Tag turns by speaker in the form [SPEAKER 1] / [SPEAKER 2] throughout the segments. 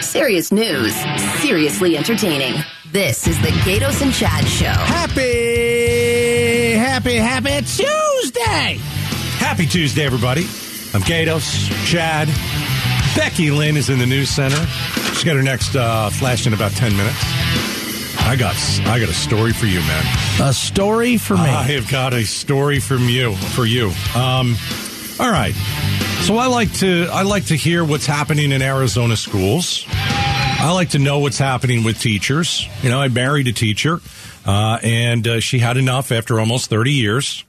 [SPEAKER 1] Serious news, seriously entertaining. This is the Gatos and Chad Show.
[SPEAKER 2] Happy, happy, happy Tuesday!
[SPEAKER 3] Happy Tuesday, everybody. I'm Gatos, Chad. Becky Lynn is in the news center. She's got her next uh, flash in about 10 minutes. I got I got a story for you, man.
[SPEAKER 2] A story for me.
[SPEAKER 3] I have got a story from you for you. Um, all right. So I like to I like to hear what's happening in Arizona schools. I like to know what's happening with teachers. You know, I married a teacher, uh, and uh, she had enough after almost thirty years.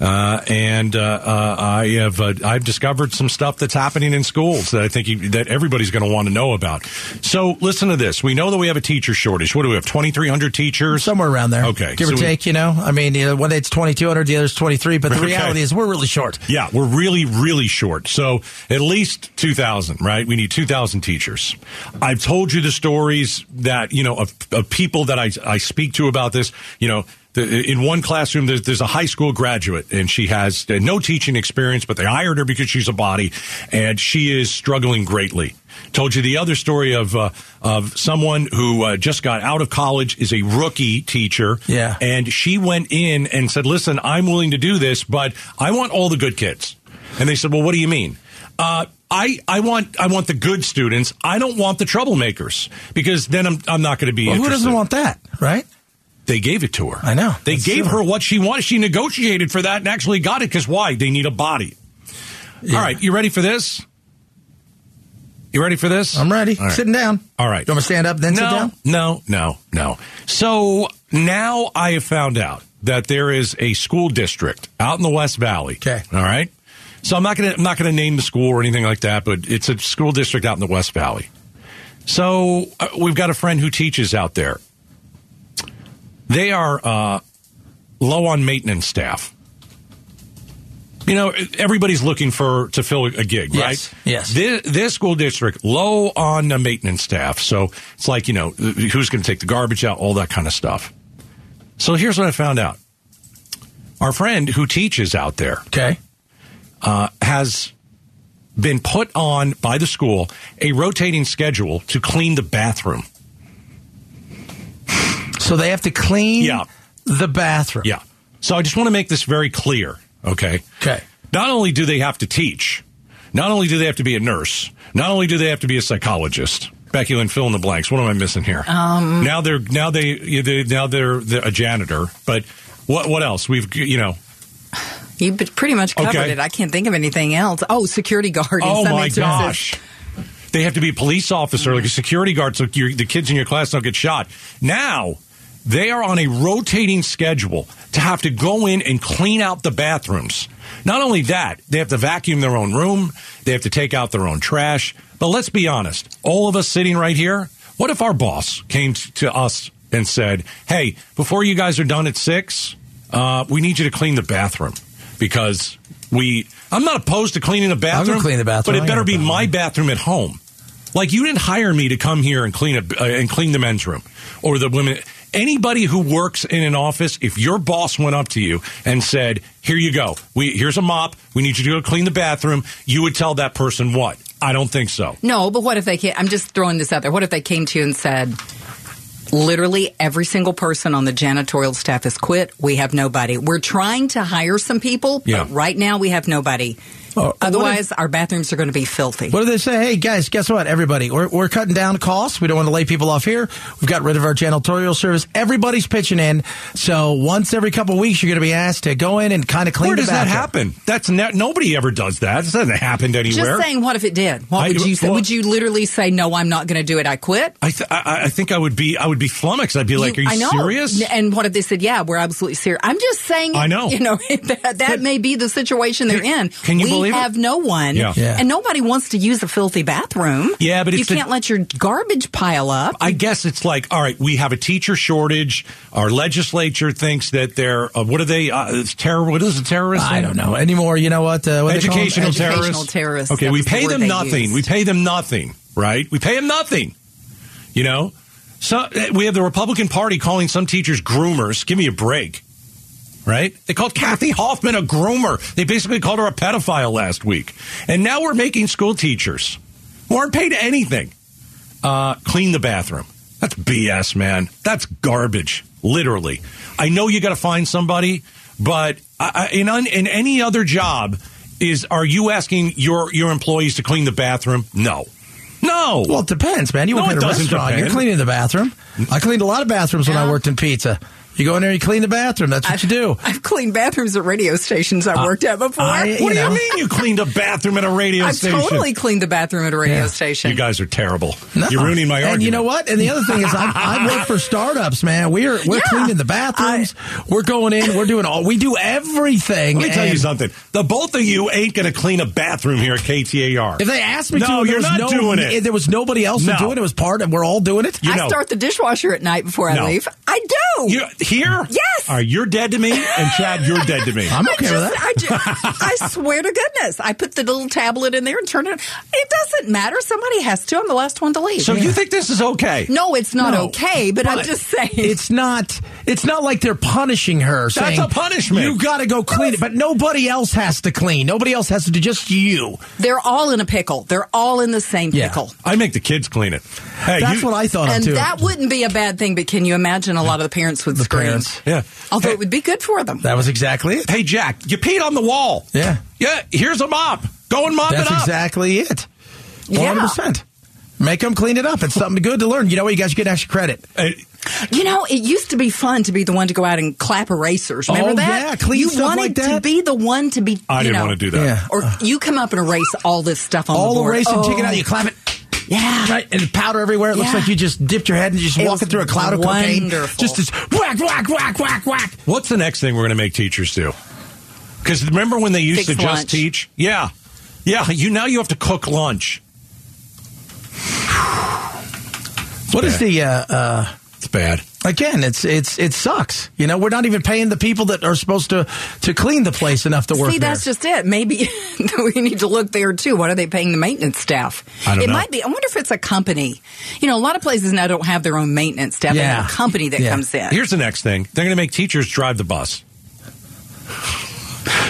[SPEAKER 3] Uh, and uh, uh, I have uh, I've discovered some stuff that's happening in schools that I think you, that everybody's going to want to know about. So listen to this. We know that we have a teacher shortage. What do we have? Twenty three hundred teachers.
[SPEAKER 2] Somewhere around there.
[SPEAKER 3] Okay,
[SPEAKER 2] Give
[SPEAKER 3] so
[SPEAKER 2] or
[SPEAKER 3] we-
[SPEAKER 2] take, you know? I mean, you know, one it's 2,200, the other's 23, but the
[SPEAKER 3] Okay.
[SPEAKER 2] reality is we're really short.
[SPEAKER 3] Yeah, we're really, really short. So at least 2,000, right? We need 2,000 teachers. I've told you the stories that, you know, of, of people that I, I speak to about this, you know, the, in one classroom, there's, there's a high school graduate and she has uh, no teaching experience, but they hired her because she's a body and she is struggling greatly. Told you the other story of uh, of someone who uh, just got out of college is a rookie teacher.
[SPEAKER 2] Yeah.
[SPEAKER 3] And she went in and said, listen, I'm willing to do this, but I want all the good kids. And they said, well, what do you mean? Uh, I, I want I want the good students. I don't want the troublemakers because then I'm, I'm not going to be
[SPEAKER 2] Well, who
[SPEAKER 3] interested.
[SPEAKER 2] doesn't want that, right?
[SPEAKER 3] They gave it to her.
[SPEAKER 2] I know.
[SPEAKER 3] They
[SPEAKER 2] That's
[SPEAKER 3] gave
[SPEAKER 2] true.
[SPEAKER 3] her what she wanted. She negotiated for that and actually got it because why? They need a body. All right, you ready for this? You ready for this?
[SPEAKER 2] I'm ready.
[SPEAKER 3] All right.
[SPEAKER 2] Sitting down.
[SPEAKER 3] All right.
[SPEAKER 2] You want me to stand up then
[SPEAKER 3] no,
[SPEAKER 2] sit down?
[SPEAKER 3] No, no, no. So now I have found out that there is a school district out in the West Valley.
[SPEAKER 2] Okay.
[SPEAKER 3] All right. So I'm not gonna I'm not gonna name the school or anything like that, but it's a school district out in the West Valley. So uh, we've got a friend who teaches out there. They are uh, low on maintenance staff. You know, everybody's looking for to fill a gig,
[SPEAKER 2] Yes,
[SPEAKER 3] right?
[SPEAKER 2] yes.
[SPEAKER 3] This, this school district low on the maintenance staff, so it's like you know who's going to take the garbage out, all that kind of stuff. So here's what I found out: our friend who teaches out there
[SPEAKER 2] Okay.
[SPEAKER 3] has been put on by the school a rotating schedule to clean the bathroom.
[SPEAKER 2] So they have to clean
[SPEAKER 3] Yeah.
[SPEAKER 2] the bathroom.
[SPEAKER 3] Yeah. So I just want to make this very clear, okay?
[SPEAKER 2] Okay.
[SPEAKER 3] Not only do they have to teach, not only do they have to be a nurse, not only do they have to be a psychologist. Becky Lynn, fill in the blanks. What am I missing here? Um, now they're now they, you- they now they're, they're a janitor. But what what else? We've you know
[SPEAKER 4] You b- pretty much covered
[SPEAKER 3] Okay.
[SPEAKER 4] it. I can't think of anything else. Oh, security guard. in
[SPEAKER 3] Oh
[SPEAKER 4] some
[SPEAKER 3] my
[SPEAKER 4] instances.
[SPEAKER 3] gosh. They have to be a police officer, like a security guard, so your, the kids in your class don't get shot. Now, they are on a rotating schedule to have to go in and clean out the bathrooms. Not only that, they have to vacuum their own room, they have to take out their own trash. But let's be honest, all of us sitting right here, what if our boss came t- to us and said, hey, before you guys are done at six, uh, we need you to clean the bathroom because we. I'm not opposed to cleaning the bathroom
[SPEAKER 2] I'm gonna clean the bathroom.
[SPEAKER 3] but
[SPEAKER 2] I
[SPEAKER 3] it better
[SPEAKER 2] got a
[SPEAKER 3] be
[SPEAKER 2] bathroom.
[SPEAKER 3] my bathroom at home. Like you didn't hire me to come here and clean a, uh, and clean the men's room or the women. Anybody who works in an office, if your boss went up to you and said, "Here you go, we here's a mop. We need you to go clean the bathroom," you would tell that person what? I don't think so.
[SPEAKER 4] No, but what if they came? I'm just throwing this out there. What if they came to you and said, literally every single person on the janitorial staff has quit? We have nobody. We're trying to hire some people,
[SPEAKER 3] Yeah.
[SPEAKER 4] but right now we have nobody.
[SPEAKER 2] what if-
[SPEAKER 4] Otherwise, our bathrooms are going to be filthy.
[SPEAKER 2] What do they say? Hey, guys, guess what? Everybody, we're, we're cutting down costs. We don't want to lay people off here. We've got rid of our janitorial service. Everybody's pitching in. So once every couple of weeks, you're going to be asked to go in and kind of clean
[SPEAKER 3] Where
[SPEAKER 2] the
[SPEAKER 3] does that
[SPEAKER 2] bathroom.
[SPEAKER 3] happen? That's ne- nobody ever does that. It doesn't happen anywhere.
[SPEAKER 4] just saying, what if it did? What
[SPEAKER 3] I-
[SPEAKER 4] would you say?
[SPEAKER 3] well-
[SPEAKER 4] would you literally say, no, I'm not going to do it? I quit?
[SPEAKER 3] I, th- I I think I would be I would be flummoxed. I'd be like, "Are
[SPEAKER 4] I
[SPEAKER 3] you
[SPEAKER 4] know.
[SPEAKER 3] serious?"
[SPEAKER 4] N- And what if they said, "Yeah, we're absolutely serious"? I'm just saying.
[SPEAKER 3] I know.
[SPEAKER 4] You know that, that may be the situation they're in.
[SPEAKER 3] can you
[SPEAKER 4] we
[SPEAKER 3] believe it?
[SPEAKER 4] have no one,
[SPEAKER 3] Yeah.
[SPEAKER 2] Yeah.
[SPEAKER 4] and nobody wants to use a filthy bathroom.
[SPEAKER 3] Yeah, but
[SPEAKER 4] you
[SPEAKER 3] it's the-
[SPEAKER 4] can't let your garbage pile up.
[SPEAKER 3] I guess it's like, all right, we have a teacher shortage. Our legislature thinks that they're uh, what are they? Uh, it's terror. What is a terrorist?
[SPEAKER 2] I don't know anymore. You know what? Uh, what do they call them?
[SPEAKER 3] Educational,
[SPEAKER 4] Educational
[SPEAKER 3] terrorists.
[SPEAKER 4] terrorists.
[SPEAKER 3] Okay,
[SPEAKER 4] That
[SPEAKER 3] we
[SPEAKER 4] was the
[SPEAKER 3] pay
[SPEAKER 4] word
[SPEAKER 3] them
[SPEAKER 4] they
[SPEAKER 3] nothing.
[SPEAKER 4] used.
[SPEAKER 3] We pay them nothing, right? We pay them nothing. You know, so uh, we have the Republican Party calling some teachers groomers. Give me a break, right? They called Kathy Hoffman a groomer. They basically called her a pedophile last week, and now we're making school teachers who aren't paid anything uh, clean the bathroom. That's BS, man. That's garbage, literally. I know you got to find somebody, but I, I, in, un, in any other job, is are you asking your your employees to clean the bathroom? No, no.
[SPEAKER 2] Well, it depends, man. You
[SPEAKER 3] No,
[SPEAKER 2] work at
[SPEAKER 3] it
[SPEAKER 2] a
[SPEAKER 3] doesn't
[SPEAKER 2] restaurant. You're
[SPEAKER 3] depend.
[SPEAKER 2] cleaning the bathroom. I cleaned a lot of bathrooms when I
[SPEAKER 4] Yeah.
[SPEAKER 2] worked in pizza. You go in there, you clean the bathroom. That's what you do.
[SPEAKER 4] I've cleaned bathrooms at radio stations I worked at before.
[SPEAKER 2] I- you
[SPEAKER 3] what do
[SPEAKER 2] know.
[SPEAKER 3] Uh, you mean you cleaned a bathroom at a radio
[SPEAKER 4] I've
[SPEAKER 3] station?
[SPEAKER 4] totally cleaned the bathroom at a radio
[SPEAKER 2] Yeah.
[SPEAKER 4] station.
[SPEAKER 3] you guys are terrible.
[SPEAKER 2] No.
[SPEAKER 3] You're ruining my
[SPEAKER 2] and
[SPEAKER 3] argument.
[SPEAKER 2] you know what? And the other thing is, I, I work for startups, man. We're we're
[SPEAKER 4] Yeah.
[SPEAKER 2] cleaning the bathrooms. we're going in. We're doing all. We do everything.
[SPEAKER 3] Let me tell
[SPEAKER 2] and
[SPEAKER 3] you something. The both of you ain't going to clean a bathroom here at KTAR.
[SPEAKER 2] If they asked me
[SPEAKER 3] No,
[SPEAKER 2] to, and there
[SPEAKER 3] you're
[SPEAKER 2] was
[SPEAKER 3] not
[SPEAKER 2] no,
[SPEAKER 3] doing it.
[SPEAKER 2] There was nobody else
[SPEAKER 3] No.
[SPEAKER 2] to do it. It was part of. We're all doing it.
[SPEAKER 3] You
[SPEAKER 4] I
[SPEAKER 3] know-
[SPEAKER 4] start the dishwasher at night before I
[SPEAKER 3] No.
[SPEAKER 4] leave. I do.
[SPEAKER 3] you here?
[SPEAKER 4] Yes.
[SPEAKER 3] All right, you're dead to me, and Chad, you're dead to me.
[SPEAKER 2] I'm okay with that.
[SPEAKER 4] I, just, I swear to goodness, I put the little tablet in there and turn it. It doesn't matter. Somebody has to. I'm the last one to leave.
[SPEAKER 3] so you think this is okay?
[SPEAKER 4] no, it's not
[SPEAKER 2] No,
[SPEAKER 4] okay. But, I'm
[SPEAKER 2] but
[SPEAKER 4] just saying.
[SPEAKER 2] It's not. It's not like they're punishing her. That's saying,
[SPEAKER 3] a punishment.
[SPEAKER 2] You got to go clean it, but nobody else has to clean. Nobody else has to. do Just you.
[SPEAKER 4] They're all in a pickle. They're all in the same
[SPEAKER 2] Yeah.
[SPEAKER 4] pickle.
[SPEAKER 3] I make the kids clean it. Hey,
[SPEAKER 2] That's
[SPEAKER 3] you-
[SPEAKER 2] what I thought
[SPEAKER 4] And
[SPEAKER 2] of too.
[SPEAKER 4] that wouldn't be a bad thing, but can you imagine a lot of the parents would
[SPEAKER 2] The
[SPEAKER 4] scream?
[SPEAKER 2] parents.
[SPEAKER 3] Yeah.
[SPEAKER 4] Although
[SPEAKER 3] Hey,
[SPEAKER 4] it would be good for them.
[SPEAKER 2] that was exactly it.
[SPEAKER 3] hey, Jack, you peed on the wall.
[SPEAKER 2] Yeah.
[SPEAKER 3] Yeah. Here's a mop. Go and mop
[SPEAKER 2] That's
[SPEAKER 3] it up.
[SPEAKER 2] exactly it. One
[SPEAKER 4] Yeah.
[SPEAKER 2] hundred percent. Make them clean it up. It's something good to learn. You know what? You guys get extra credit.
[SPEAKER 3] Hey,
[SPEAKER 4] You know, it used to be fun to be the one to go out and clap erasers. Remember
[SPEAKER 2] Oh,
[SPEAKER 4] that?
[SPEAKER 2] yeah, clean
[SPEAKER 4] you
[SPEAKER 2] stuff
[SPEAKER 4] wanted
[SPEAKER 2] like
[SPEAKER 4] to
[SPEAKER 2] that.
[SPEAKER 4] be the one to be.
[SPEAKER 3] I
[SPEAKER 4] you
[SPEAKER 3] didn't
[SPEAKER 4] know,
[SPEAKER 3] want to do that.
[SPEAKER 2] Yeah.
[SPEAKER 4] Or you come up and erase all this stuff on the
[SPEAKER 2] All
[SPEAKER 4] board.
[SPEAKER 2] erase and take it
[SPEAKER 4] Oh,
[SPEAKER 2] out. You clap it.
[SPEAKER 4] Yeah.
[SPEAKER 2] Right, and powder everywhere. It looks
[SPEAKER 4] Yeah.
[SPEAKER 2] like you just dipped your head and just
[SPEAKER 4] It
[SPEAKER 2] walking
[SPEAKER 4] was
[SPEAKER 2] through a cloud of cocaine.
[SPEAKER 4] wonderful.
[SPEAKER 2] Just this whack, whack, whack, whack, whack.
[SPEAKER 3] What's the next thing we're going to make teachers do? Because remember when they used
[SPEAKER 4] Fix
[SPEAKER 3] to just
[SPEAKER 4] lunch.
[SPEAKER 3] teach? Yeah, yeah. You now you have to cook lunch.
[SPEAKER 2] What is the uh, uh,
[SPEAKER 3] It's bad.
[SPEAKER 2] again? It's it's it sucks. You know, we're not even paying the people that are supposed to to clean the place enough to work
[SPEAKER 4] See, that's
[SPEAKER 2] there.
[SPEAKER 4] just it. Maybe we need to look there too. What are they paying the maintenance staff?
[SPEAKER 3] I don't
[SPEAKER 4] it
[SPEAKER 3] know.
[SPEAKER 4] might be. I wonder if it's a company. You know, a lot of places now don't have their own maintenance staff. They have
[SPEAKER 2] Yeah.
[SPEAKER 4] a company that
[SPEAKER 2] Yeah.
[SPEAKER 4] comes in.
[SPEAKER 3] Here's the next thing: they're going to make teachers drive the bus.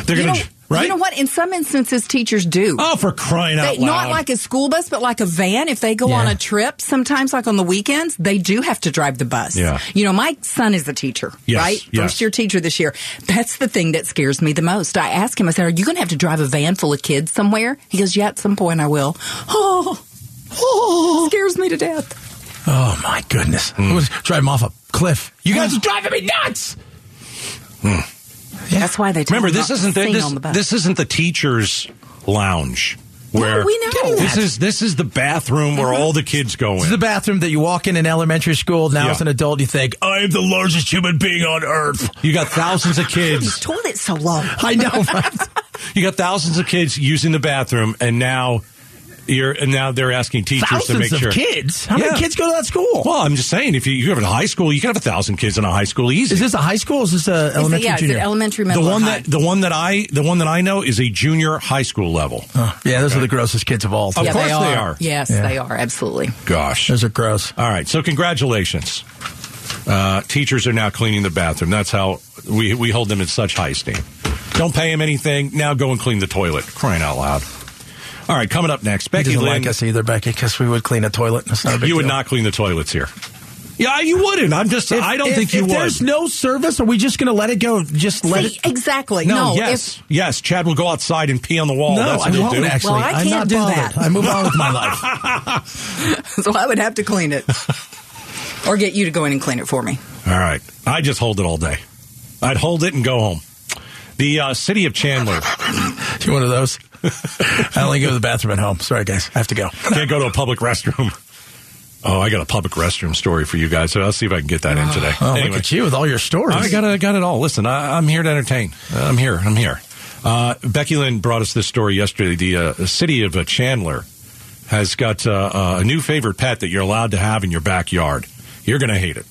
[SPEAKER 3] They're
[SPEAKER 4] you,
[SPEAKER 3] going
[SPEAKER 4] know,
[SPEAKER 3] to right.
[SPEAKER 4] you know what? In some instances, teachers do.
[SPEAKER 3] Oh, for crying out
[SPEAKER 4] They-
[SPEAKER 3] loud!
[SPEAKER 4] not like a school bus, but like a van. If they go
[SPEAKER 2] Yeah.
[SPEAKER 4] on a trip, sometimes like on the weekends, they do have to drive the bus.
[SPEAKER 3] Yeah.
[SPEAKER 4] You know, my son is a teacher,
[SPEAKER 3] Yes,
[SPEAKER 4] right?
[SPEAKER 3] yes.
[SPEAKER 4] First year teacher this year. That's the thing that scares me the most. I ask him, I said, Are you going to have to drive a van full of kids somewhere? He goes, Yeah, at some point I will. Oh, oh scares me to death.
[SPEAKER 2] Oh my goodness!
[SPEAKER 3] Hmm.
[SPEAKER 2] I was driving off a cliff. You
[SPEAKER 4] Hmm.
[SPEAKER 2] guys are driving me nuts.
[SPEAKER 4] That's why they tell
[SPEAKER 3] Remember,
[SPEAKER 4] him
[SPEAKER 3] this
[SPEAKER 4] not to
[SPEAKER 3] isn't the,
[SPEAKER 4] sing
[SPEAKER 3] this,
[SPEAKER 4] on the bus.
[SPEAKER 3] this isn't the teachers' lounge. Where
[SPEAKER 4] we know
[SPEAKER 3] this
[SPEAKER 4] that.
[SPEAKER 3] is this is the bathroom where all the kids go
[SPEAKER 2] This
[SPEAKER 3] in.
[SPEAKER 2] is the bathroom that you walk in in elementary school. Now,
[SPEAKER 3] Yeah.
[SPEAKER 2] as an adult, you think "Oh, I am the largest human being on earth.
[SPEAKER 3] you got thousands of kids.
[SPEAKER 4] toilet so long.
[SPEAKER 2] I know. Right?
[SPEAKER 3] You got thousands of kids using the bathroom, and now you're and now they're asking teachers to make
[SPEAKER 2] Thousands of
[SPEAKER 3] sure.
[SPEAKER 2] kids. How
[SPEAKER 3] Yeah.
[SPEAKER 2] many kids go to that school?
[SPEAKER 3] Well, I'm just saying, if you, you have a high school, you can have a thousand kids in a high school easy.
[SPEAKER 2] Is this a high school? Or is this a
[SPEAKER 4] Is it,
[SPEAKER 2] elementary
[SPEAKER 4] yeah, is it
[SPEAKER 2] junior?
[SPEAKER 4] elementary,
[SPEAKER 3] the
[SPEAKER 4] middle, or
[SPEAKER 3] one
[SPEAKER 4] high?
[SPEAKER 3] that the one that I the one that I know is a junior high school level.
[SPEAKER 2] Oh, yeah, those are the grossest kids of all. Time.
[SPEAKER 4] yeah,
[SPEAKER 3] Of course they are.
[SPEAKER 4] Yes,
[SPEAKER 2] Yeah.
[SPEAKER 4] they are. Absolutely.
[SPEAKER 3] Gosh.
[SPEAKER 2] Those are gross.
[SPEAKER 3] All right. So congratulations. Uh, teachers are now cleaning the bathroom. That's how we we hold them in such high esteem. Don't pay them anything. Now go and clean the toilet. Crying out loud. All right. Coming up next,
[SPEAKER 2] He
[SPEAKER 3] Becky
[SPEAKER 2] doesn't
[SPEAKER 3] Lynn.
[SPEAKER 2] like us either, Becky, because we would clean a toilet. That's not a big
[SPEAKER 3] you would
[SPEAKER 2] deal.
[SPEAKER 3] not clean the toilets here. Yeah, you wouldn't. I'm just.
[SPEAKER 2] If-
[SPEAKER 3] I don't
[SPEAKER 2] if-
[SPEAKER 3] think you
[SPEAKER 2] if
[SPEAKER 3] would.
[SPEAKER 2] There's no service. Are we just going to let it go? Just let
[SPEAKER 4] See,
[SPEAKER 2] it.
[SPEAKER 4] exactly.
[SPEAKER 3] no,
[SPEAKER 4] No,
[SPEAKER 3] yes, yes. Chad will go outside and pee on the wall.
[SPEAKER 2] no,
[SPEAKER 3] Oh, That's
[SPEAKER 2] I
[SPEAKER 3] what he'll
[SPEAKER 2] won't.
[SPEAKER 3] do.
[SPEAKER 2] Actually,
[SPEAKER 4] Well, I
[SPEAKER 2] am
[SPEAKER 4] can't
[SPEAKER 2] not
[SPEAKER 4] do
[SPEAKER 2] bothered.
[SPEAKER 4] that.
[SPEAKER 2] I move on with my life.
[SPEAKER 4] if, so I would have to clean it. or get you to go in and clean it for me.
[SPEAKER 3] All right. I just hold it all day. I'd hold it and go home. The uh, city of Chandler
[SPEAKER 2] you one of those? I only go to the bathroom at home. Sorry, guys, I have to go.
[SPEAKER 3] can't go to a public restroom. Oh, I got a public restroom story for you guys. So I'll see if I can get that in today.
[SPEAKER 2] Oh,
[SPEAKER 3] Anyway.
[SPEAKER 2] look at you with all your stories.
[SPEAKER 3] I got it, I got it all. Listen, I, I'm here to entertain. Uh, I'm here. I'm here. Uh, Becky Lynn brought us this story yesterday. The uh, the city of uh, Chandler has got uh, uh, a new favorite pet that you're allowed to have in your backyard. You're going to hate it.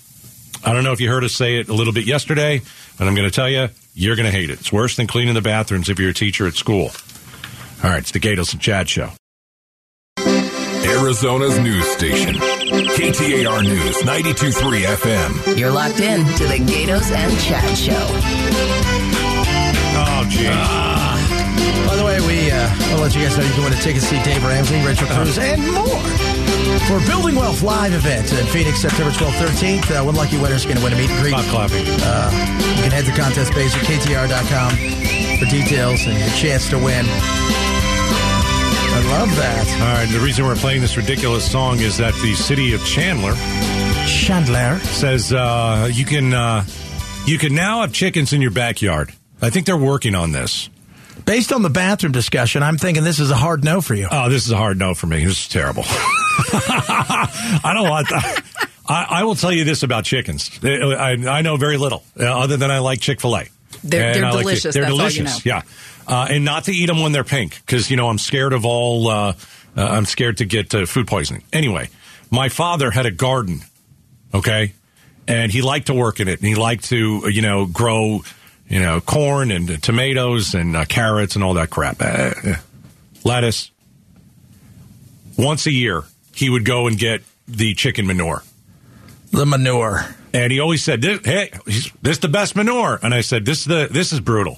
[SPEAKER 3] I don't know if you heard us say it a little bit yesterday, but I'm going to tell you, you're going to hate it. It's worse than cleaning the bathrooms if you're a teacher at school. All right, it's the Gatos and Chad show.
[SPEAKER 5] Arizona's news station. KTAR News 92.3 FM.
[SPEAKER 1] You're locked in to the Gatos and Chad Show.
[SPEAKER 3] Oh, gee.
[SPEAKER 2] By the way, we we uh, I'll let you guys know you can win a ticket to see Dave Ramsey, Rachel Cruz, and more for Building Wealth live event in Phoenix, September 12th, 13th. Uh, one lucky winner is going to win a meet and greet.
[SPEAKER 3] Stop clapping.
[SPEAKER 2] You can head to the contest page at ktr.com for details and your chance to win. I love that.
[SPEAKER 3] All right, the reason we're playing this ridiculous song is that the city of Chandler
[SPEAKER 2] Chandler.
[SPEAKER 3] says uh, you can uh, you can now have chickens in your backyard. I think they're working on this.
[SPEAKER 2] Based on the bathroom discussion, I'm thinking this is a hard no for you.
[SPEAKER 3] Oh, this is a hard no for me. This is terrible. I don't want that. I, I will tell you this about chickens. I, I- I know very little uh, other than I like Chick Fil A.
[SPEAKER 4] They're- they're delicious.
[SPEAKER 3] they're
[SPEAKER 4] That's all you
[SPEAKER 3] delicious.
[SPEAKER 4] know.
[SPEAKER 3] Yeah, uh, and not to eat them when they're pink because you know I'm scared of all. Uh, uh, I'm scared to get uh, food poisoning. Anyway, my father had a garden okay and he liked to work in it and he liked to you know grow you know corn and tomatoes and uh, carrots and all that crap Uh, eh. lettuce once a year he would go and get the chicken manure
[SPEAKER 2] The manure.
[SPEAKER 3] and he always said this, hey he's- this is the best manure and i said this is the this is brutal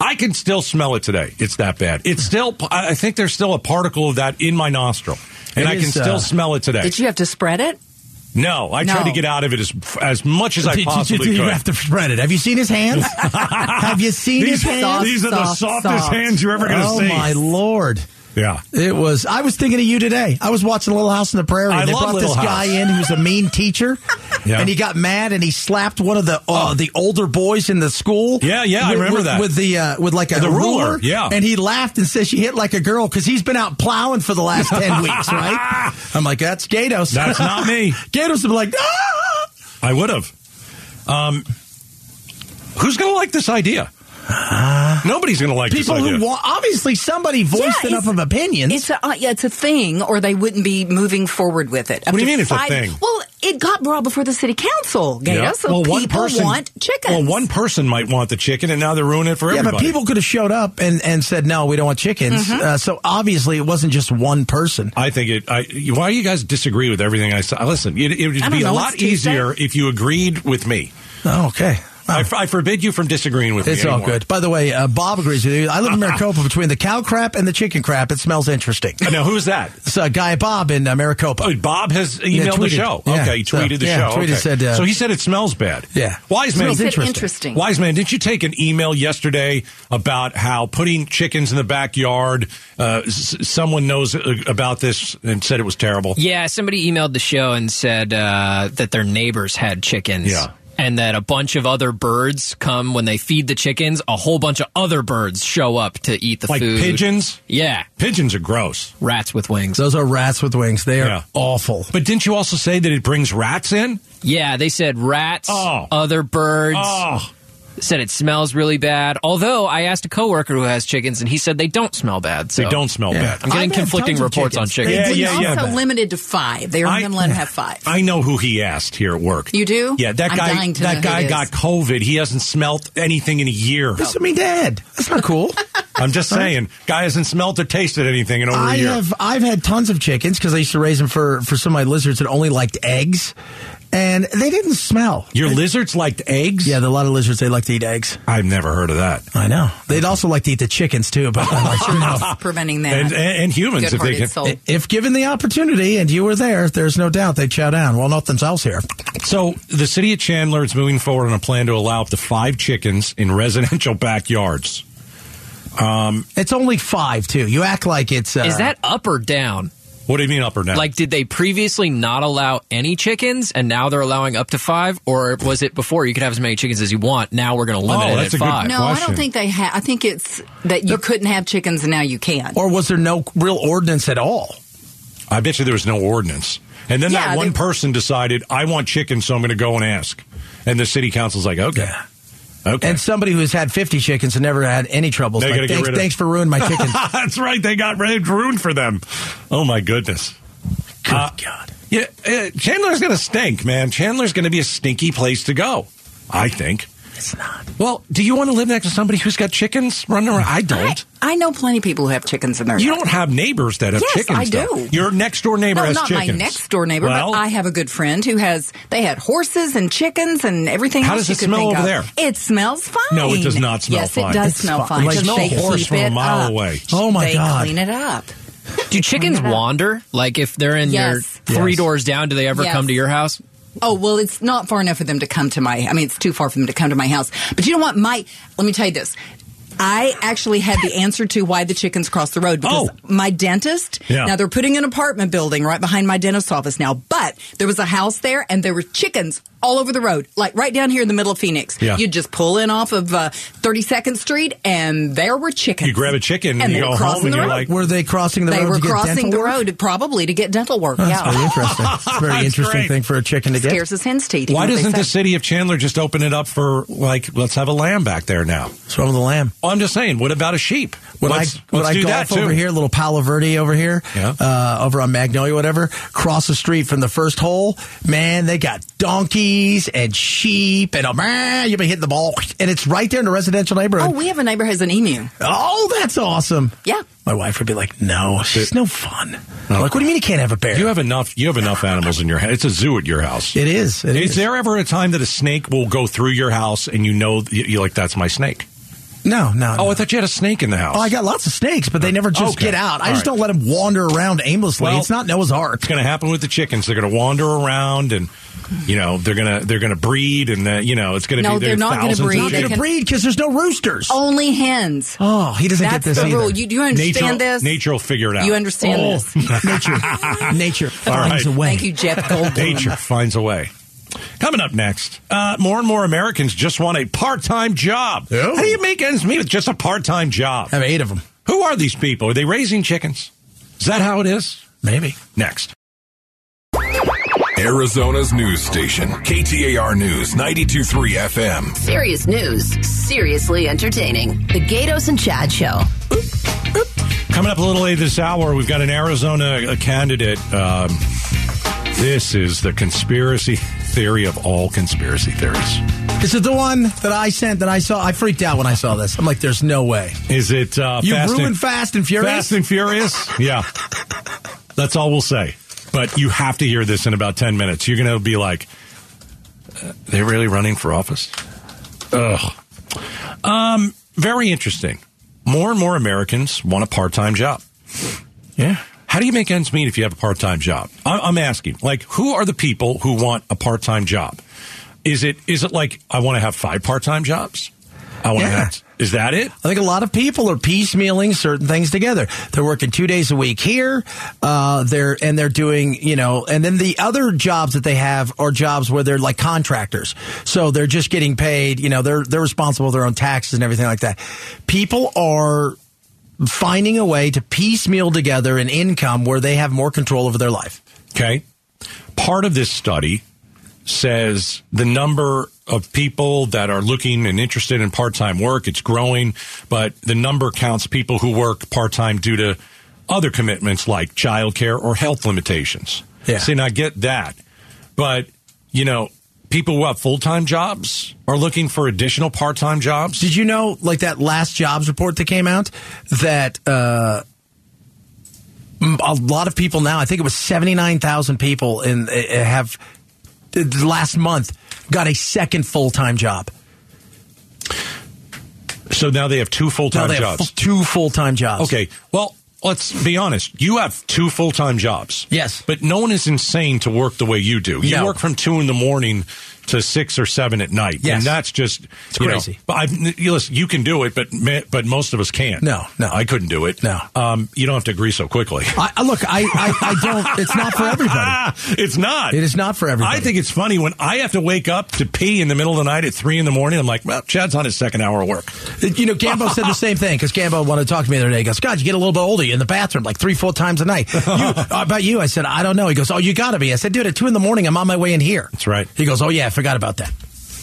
[SPEAKER 3] i can still smell it today it's that bad it's still i I think there's still a particle of that in my nostril and
[SPEAKER 2] It
[SPEAKER 3] i can
[SPEAKER 2] is, uh,
[SPEAKER 3] still smell it today
[SPEAKER 4] Did you have to spread it?
[SPEAKER 3] no i tried
[SPEAKER 4] No.
[SPEAKER 3] to get out of it as as much as i
[SPEAKER 2] Did- did-
[SPEAKER 3] possibly
[SPEAKER 2] did you
[SPEAKER 3] could
[SPEAKER 2] have to spread it. Have you seen his hands? Have you seen his
[SPEAKER 3] These,
[SPEAKER 2] hands?
[SPEAKER 4] soft,
[SPEAKER 3] these are the
[SPEAKER 4] soft,
[SPEAKER 3] softest
[SPEAKER 4] soft.
[SPEAKER 3] hands you're ever going to
[SPEAKER 2] oh
[SPEAKER 3] see.
[SPEAKER 2] my lord.
[SPEAKER 3] Yeah.
[SPEAKER 2] It was. I was thinking of you today. I was watching Little House on the Prairie.
[SPEAKER 3] I
[SPEAKER 2] and they
[SPEAKER 3] love
[SPEAKER 2] brought
[SPEAKER 3] Little
[SPEAKER 2] this guy
[SPEAKER 3] House.
[SPEAKER 2] in who was a mean teacher,
[SPEAKER 3] Yeah. Oh.
[SPEAKER 2] and he got mad and he slapped one of the uh, the older boys in the school.
[SPEAKER 3] Yeah, yeah, I
[SPEAKER 2] with,
[SPEAKER 3] remember
[SPEAKER 2] with-
[SPEAKER 3] that.
[SPEAKER 2] with the uh, with like a
[SPEAKER 3] The ruler, yeah.
[SPEAKER 2] and he laughed and said she hit like a girl because he's been out plowing for the last ten weeks, right? I'm like, that's Gatos.
[SPEAKER 3] That's not me.
[SPEAKER 2] Gatos would be like, ah!
[SPEAKER 3] I would have. Um, who's going to like this idea? Nobody's going to like
[SPEAKER 2] Uh, people
[SPEAKER 3] this idea.
[SPEAKER 2] who want obviously somebody voiced
[SPEAKER 4] Yeah,
[SPEAKER 2] enough
[SPEAKER 4] it's-
[SPEAKER 2] of opinions.
[SPEAKER 4] It's a uh, yeah, it's a thing, or they wouldn't be moving forward with it. Up
[SPEAKER 3] What do you
[SPEAKER 4] to
[SPEAKER 3] mean it's a
[SPEAKER 4] five-
[SPEAKER 3] thing?
[SPEAKER 4] Well, it got brought before the city council, Gato,
[SPEAKER 3] Yeah.
[SPEAKER 4] so people want chickens.
[SPEAKER 3] Well, one person might want the chicken, and now they're ruining it for
[SPEAKER 2] yeah,
[SPEAKER 3] everybody.
[SPEAKER 2] but people could have showed up and, and said, no, we don't want chickens.
[SPEAKER 4] Mm-hmm.
[SPEAKER 2] Uh, so obviously it wasn't just one person.
[SPEAKER 3] I think it. I, why do you guys disagree with everything I said? Listen, it, it
[SPEAKER 4] I
[SPEAKER 3] would
[SPEAKER 4] don't
[SPEAKER 3] be a
[SPEAKER 4] know,
[SPEAKER 3] lot
[SPEAKER 4] it's Tuesday.
[SPEAKER 3] easier if you agreed with me.
[SPEAKER 2] Oh, okay.
[SPEAKER 3] I, I forbid you from disagreeing with me.
[SPEAKER 2] It's all
[SPEAKER 3] anymore.
[SPEAKER 2] good. By the way, uh, Bob agrees with you. I live in Maricopa between the cow crap and the chicken crap. It smells interesting.
[SPEAKER 3] Now, who's that?
[SPEAKER 2] It's uh, Guy Bob in uh, Maricopa.
[SPEAKER 3] Oh, Bob has emailed the
[SPEAKER 2] tweeted.
[SPEAKER 3] show.
[SPEAKER 2] Yeah,
[SPEAKER 3] okay, he
[SPEAKER 2] so-
[SPEAKER 3] tweeted the
[SPEAKER 2] yeah,
[SPEAKER 3] show.
[SPEAKER 2] tweeted
[SPEAKER 3] okay.
[SPEAKER 2] said, uh,
[SPEAKER 3] so he said it smells bad.
[SPEAKER 2] Yeah.
[SPEAKER 3] Wise man,
[SPEAKER 2] Smells
[SPEAKER 4] Makes it
[SPEAKER 2] interesting.
[SPEAKER 4] interesting.
[SPEAKER 3] Wise man, didn't you take an email yesterday about how putting chickens in the backyard? Uh, s- someone knows uh, about this and said it was terrible.
[SPEAKER 6] Yeah, somebody emailed the show and said uh, that their neighbors had chickens.
[SPEAKER 3] Yeah.
[SPEAKER 6] And that a bunch of other birds come when they feed the chickens. A whole bunch of other birds show up to eat the
[SPEAKER 3] Like
[SPEAKER 6] food.
[SPEAKER 3] pigeons,
[SPEAKER 6] Yeah,
[SPEAKER 3] pigeons are gross.
[SPEAKER 6] rats with wings.
[SPEAKER 2] Those are rats with wings. They are
[SPEAKER 3] Yeah.
[SPEAKER 2] awful.
[SPEAKER 3] But didn't you also say that it brings rats in?
[SPEAKER 6] Yeah, they said rats,
[SPEAKER 3] Oh.
[SPEAKER 6] other birds.
[SPEAKER 3] Oh,
[SPEAKER 6] Said it smells really bad. Although I asked a coworker who has chickens, and he said they don't smell bad. So
[SPEAKER 3] they don't smell bad.
[SPEAKER 6] I'm getting
[SPEAKER 2] I've had
[SPEAKER 6] conflicting
[SPEAKER 2] tons of
[SPEAKER 6] reports on
[SPEAKER 2] chickens.
[SPEAKER 6] chickens.
[SPEAKER 3] Yeah,
[SPEAKER 4] They
[SPEAKER 3] yeah,
[SPEAKER 4] also
[SPEAKER 3] yeah, but-
[SPEAKER 4] limited to five. They were
[SPEAKER 3] I-
[SPEAKER 4] going to let him have five.
[SPEAKER 3] I know who he asked here at work.
[SPEAKER 4] You do?
[SPEAKER 3] Yeah, that
[SPEAKER 4] I'm
[SPEAKER 3] guy.
[SPEAKER 4] dying to know
[SPEAKER 3] that
[SPEAKER 4] who
[SPEAKER 3] guy
[SPEAKER 4] it is.
[SPEAKER 3] got COVID. He hasn't smelt anything in a year.
[SPEAKER 2] This is me dad. That's not cool.
[SPEAKER 3] I'm just saying, guy hasn't smelt or tasted anything in over
[SPEAKER 2] I
[SPEAKER 3] a year.
[SPEAKER 2] have I've had tons of chickens because I used to raise them for for some of my lizards that only liked eggs, and they didn't smell.
[SPEAKER 3] Your lizards liked eggs?
[SPEAKER 2] Yeah, there are a lot of lizards they like to eat eggs.
[SPEAKER 3] I've never heard of that.
[SPEAKER 2] I know. They'd also like to eat the chickens too, but I'm like, no.
[SPEAKER 4] preventing that.
[SPEAKER 3] And, and, and humans, if they
[SPEAKER 4] Good-hearted
[SPEAKER 3] can.
[SPEAKER 4] soul.
[SPEAKER 2] If given the opportunity and you were there, there's no doubt they'd chow down. Well, nothing's else here.
[SPEAKER 3] So the city of Chandler is moving forward on a plan to allow up to five chickens in residential backyards.
[SPEAKER 2] It's only five, too. You act like it's. Uh,
[SPEAKER 6] Is that up or down?
[SPEAKER 3] What do you mean up or down?
[SPEAKER 6] Like, did they previously not allow any chickens, and now they're allowing up to five, or was it before you could have as many chickens as you want? Now we're going to limit
[SPEAKER 3] Oh,
[SPEAKER 6] it
[SPEAKER 3] that's
[SPEAKER 6] at
[SPEAKER 3] a good-
[SPEAKER 6] five.
[SPEAKER 4] no, I
[SPEAKER 3] question.
[SPEAKER 4] don't think they have. I think it's that you couldn't have chickens and now you can.
[SPEAKER 2] Or was there no real ordinance at all?
[SPEAKER 3] I bet you there was no ordinance. And then
[SPEAKER 4] Yeah,
[SPEAKER 3] that one
[SPEAKER 4] they-
[SPEAKER 3] person decided, I want chickens, so I'm going to go and ask. And the city council's like, okay. Okay.
[SPEAKER 2] And somebody who's had 50 chickens and never had any troubles.
[SPEAKER 3] They
[SPEAKER 2] Like,
[SPEAKER 3] gotta get
[SPEAKER 2] thanks,
[SPEAKER 3] rid of-
[SPEAKER 2] thanks for ruining my chickens.
[SPEAKER 3] That's right. They got red ruined for them. Oh, my goodness.
[SPEAKER 2] Good
[SPEAKER 3] Uh,
[SPEAKER 2] God.
[SPEAKER 3] Yeah, uh, Chandler's going to stink, man. Chandler's going to be a stinky place to go, I think.
[SPEAKER 2] It's not.
[SPEAKER 3] Well, do you want to live next to somebody who's got chickens running around? I don't.
[SPEAKER 4] I know plenty of people who have chickens in their
[SPEAKER 3] You
[SPEAKER 4] yard.
[SPEAKER 3] don't have neighbors that have
[SPEAKER 4] Yes,
[SPEAKER 3] chickens.
[SPEAKER 4] I
[SPEAKER 3] though.
[SPEAKER 4] do.
[SPEAKER 3] Your next door neighbor
[SPEAKER 4] no,
[SPEAKER 3] has
[SPEAKER 4] not
[SPEAKER 3] chickens.
[SPEAKER 4] my next door neighbor,
[SPEAKER 3] Well,
[SPEAKER 4] but I have a good friend who has. They had horses and chickens and everything.
[SPEAKER 3] How
[SPEAKER 4] else
[SPEAKER 3] does
[SPEAKER 4] you
[SPEAKER 3] it
[SPEAKER 4] could
[SPEAKER 3] smell
[SPEAKER 4] think
[SPEAKER 3] over
[SPEAKER 4] of. It smells fine.
[SPEAKER 3] No, it does not smell
[SPEAKER 4] yes,
[SPEAKER 3] fine.
[SPEAKER 4] it does
[SPEAKER 3] It's
[SPEAKER 4] smell
[SPEAKER 2] fi-
[SPEAKER 4] fine.
[SPEAKER 2] like
[SPEAKER 4] because
[SPEAKER 2] smell
[SPEAKER 4] they
[SPEAKER 2] a horse
[SPEAKER 4] keep
[SPEAKER 3] from a
[SPEAKER 4] it
[SPEAKER 3] mile
[SPEAKER 4] up.
[SPEAKER 3] away.
[SPEAKER 2] Oh, my
[SPEAKER 4] they
[SPEAKER 2] God.
[SPEAKER 4] clean it up.
[SPEAKER 6] Do chickens wander? Like if they're in
[SPEAKER 4] Yes.
[SPEAKER 6] your three
[SPEAKER 2] Yes.
[SPEAKER 6] doors down, do they ever
[SPEAKER 4] Yes.
[SPEAKER 6] come to your house?
[SPEAKER 4] Oh well, it's not far enough for them to come to my. I mean, it's too far for them to come to my house. But you know what? My let me tell you this. I actually had the answer to why the chickens cross the road because
[SPEAKER 3] Oh.
[SPEAKER 4] my dentist.
[SPEAKER 3] Yeah.
[SPEAKER 4] Now they're putting an apartment building right behind my dentist's office now, but there was a house there and there were chickens all over the road, like right down here in the middle of Phoenix.
[SPEAKER 3] Yeah.
[SPEAKER 4] You'd just pull in off of uh, 32nd Street and there were chickens.
[SPEAKER 3] You grab a chicken and
[SPEAKER 4] And
[SPEAKER 3] you
[SPEAKER 4] they
[SPEAKER 3] go
[SPEAKER 4] were
[SPEAKER 3] home
[SPEAKER 4] crossing
[SPEAKER 3] and
[SPEAKER 4] the
[SPEAKER 3] you're
[SPEAKER 4] road.
[SPEAKER 3] like,
[SPEAKER 2] Were they crossing the
[SPEAKER 4] They
[SPEAKER 2] road
[SPEAKER 4] were
[SPEAKER 2] to get
[SPEAKER 4] crossing
[SPEAKER 2] dental
[SPEAKER 4] the
[SPEAKER 2] work?
[SPEAKER 4] road probably to get dental work.
[SPEAKER 2] That's
[SPEAKER 4] yeah.
[SPEAKER 2] very interesting. It's a very
[SPEAKER 3] That's
[SPEAKER 2] interesting
[SPEAKER 3] great.
[SPEAKER 2] thing for a chicken to get.
[SPEAKER 4] Scares his hen's teeth. you
[SPEAKER 3] why
[SPEAKER 4] know what they
[SPEAKER 3] doesn't the
[SPEAKER 4] say.
[SPEAKER 3] city of Chandler just open it up for like, let's have a lamb back there now?
[SPEAKER 2] What's wrong with the lamb?
[SPEAKER 3] Well, I'm just saying, what about a sheep?
[SPEAKER 2] When
[SPEAKER 3] let's
[SPEAKER 2] I when
[SPEAKER 3] let's
[SPEAKER 2] I
[SPEAKER 3] do
[SPEAKER 2] golf
[SPEAKER 3] that too.
[SPEAKER 2] over here, little Palo Verde over here,
[SPEAKER 3] Yeah.
[SPEAKER 2] uh, over on Magnolia, whatever, cross the street from the first hole, man, they got donkeys and sheep and a man, you'll be hitting the ball, and it's right there in the residential
[SPEAKER 4] Oh,
[SPEAKER 2] neighborhood.
[SPEAKER 4] we have a neighbor who has an emu.
[SPEAKER 2] Oh, that's awesome.
[SPEAKER 4] Yeah.
[SPEAKER 2] My wife would be like, no, she's no fun. I'm like, what do you mean you can't have a bear?
[SPEAKER 3] You have enough. You have enough animals in your house. It's a zoo at your house.
[SPEAKER 2] it is. It
[SPEAKER 3] Is
[SPEAKER 2] is.
[SPEAKER 3] there ever a time that a snake will go through your house and you know you- you're like that's my snake?
[SPEAKER 2] No, no. no.
[SPEAKER 3] Oh, I thought you had a snake in the house.
[SPEAKER 2] Oh, I got lots of snakes, but they never just
[SPEAKER 3] Okay.
[SPEAKER 2] get out. I
[SPEAKER 3] All
[SPEAKER 2] just
[SPEAKER 3] right.
[SPEAKER 2] don't let them wander around aimlessly.
[SPEAKER 3] Well-
[SPEAKER 2] it's not Noah's Ark.
[SPEAKER 3] It's going to happen with the chickens. They're going to wander around and you know they're going to they're going to breed and uh, you know it's going to
[SPEAKER 4] No,
[SPEAKER 3] be
[SPEAKER 4] they're not gonna
[SPEAKER 3] going to
[SPEAKER 4] breed.
[SPEAKER 2] Not
[SPEAKER 4] They
[SPEAKER 2] going to
[SPEAKER 4] can-
[SPEAKER 2] breed because there's no roosters. Oh,
[SPEAKER 4] Only
[SPEAKER 2] he
[SPEAKER 4] hens.
[SPEAKER 2] doesn't
[SPEAKER 4] That's
[SPEAKER 2] get this
[SPEAKER 4] the
[SPEAKER 2] either.
[SPEAKER 4] rule. You do you
[SPEAKER 3] nature,
[SPEAKER 4] understand this?
[SPEAKER 3] Nature will figure it out.
[SPEAKER 4] You understand
[SPEAKER 2] Oh,
[SPEAKER 4] this?
[SPEAKER 2] nature, nature finds
[SPEAKER 3] right.
[SPEAKER 2] a way.
[SPEAKER 4] Thank you, Jeff Goldblum.
[SPEAKER 3] Nature finds a way. Coming up next, uh, more and more Americans just want a part-time job.
[SPEAKER 2] Oh.
[SPEAKER 3] How do you make ends meet with just a part-time job?
[SPEAKER 2] I have eight of them,
[SPEAKER 3] Who are these people? Are they raising chickens? Is that how it is?
[SPEAKER 2] maybe.
[SPEAKER 3] Next.
[SPEAKER 5] Arizona's news station, KTAR News 923 FM.
[SPEAKER 1] Serious news, seriously entertaining. The Gatos and Chad Show.
[SPEAKER 3] Coming up a little later this hour, we've got an Arizona uh, candidate. Um, this is the conspiracy theory of all conspiracy theories.
[SPEAKER 2] This is the one that I sent that I saw. I freaked out when I saw this. I'm like, there's no way.
[SPEAKER 3] Is it uh,
[SPEAKER 2] You
[SPEAKER 3] fast
[SPEAKER 2] ruined
[SPEAKER 3] and,
[SPEAKER 2] Fast and Furious.
[SPEAKER 3] Fast and Furious? yeah. That's all we'll say. But you have to hear this in about 10 minutes. You're going to be like, uh, they're really running for office? Ugh. Um, very interesting. More and more Americans want a part time job.
[SPEAKER 2] yeah.
[SPEAKER 3] How do you make ends meet if you have a part time job? I- I'm asking, like, who are the people who want a part time job? Is it is it like I want to have five part time jobs? I want to
[SPEAKER 2] Yeah.
[SPEAKER 3] have. Is that it?
[SPEAKER 2] I think a lot of people are piecemealing certain things together. They're working two days a week here, uh, they're and they're doing you know, and then the other jobs that they have are jobs where they're like contractors, so they're just getting paid. You know, they're they're responsible for their own taxes and everything like that. People are finding a way to piecemeal together an income where they have more control over their life.
[SPEAKER 3] Okay. Part of this study says the number of people that are looking and interested in part-time work it's growing, but the number counts people who work part-time due to other commitments like childcare or health limitations.
[SPEAKER 2] Yeah.
[SPEAKER 3] See, and I get that. But, you know, people who have full-time jobs are looking for additional part-time jobs.
[SPEAKER 2] Did you know, like that last jobs report that came out, that uh, m- a lot of people now, I think it was seventy nine thousand people, in uh, have th- th- last month got a second full time job.
[SPEAKER 3] so now they have two
[SPEAKER 2] Now
[SPEAKER 3] full-time
[SPEAKER 2] they have
[SPEAKER 3] jobs.
[SPEAKER 2] f- two full time jobs.
[SPEAKER 3] Okay. Well, let's be honest. You have two full time jobs.
[SPEAKER 2] Yes.
[SPEAKER 3] But no one is insane to work the way you do. You
[SPEAKER 2] No.
[SPEAKER 3] work from two in the morning to six or seven at night.
[SPEAKER 2] Yes.
[SPEAKER 3] And that's just
[SPEAKER 2] It's
[SPEAKER 3] you know,
[SPEAKER 2] crazy.
[SPEAKER 3] but I've, you, listen, you can do it, but ma- but most of us can't.
[SPEAKER 2] No, no.
[SPEAKER 3] I couldn't do it.
[SPEAKER 2] No.
[SPEAKER 3] Um, you don't have to agree so quickly. Ah,
[SPEAKER 2] I, I- look, I, I, I don't. It's not for everybody.
[SPEAKER 3] it's not.
[SPEAKER 2] It is not for everybody.
[SPEAKER 3] I think it's funny when I have to wake up to pee in the middle of the night at three in the morning. I'm like, well, Chad's on his second hour of work.
[SPEAKER 2] You know, Gambo said the same thing because Gambo wanted to talk to me the other day. He goes, God, you get a little bit older You're in the bathroom like three, four times a night. You, "How about you? I said, I don't know. He goes, Oh, you got to be. I said, Dude, at two in the morning, I'm on my way in here.
[SPEAKER 3] That's right.
[SPEAKER 2] He goes, Oh, yeah, I forgot about that.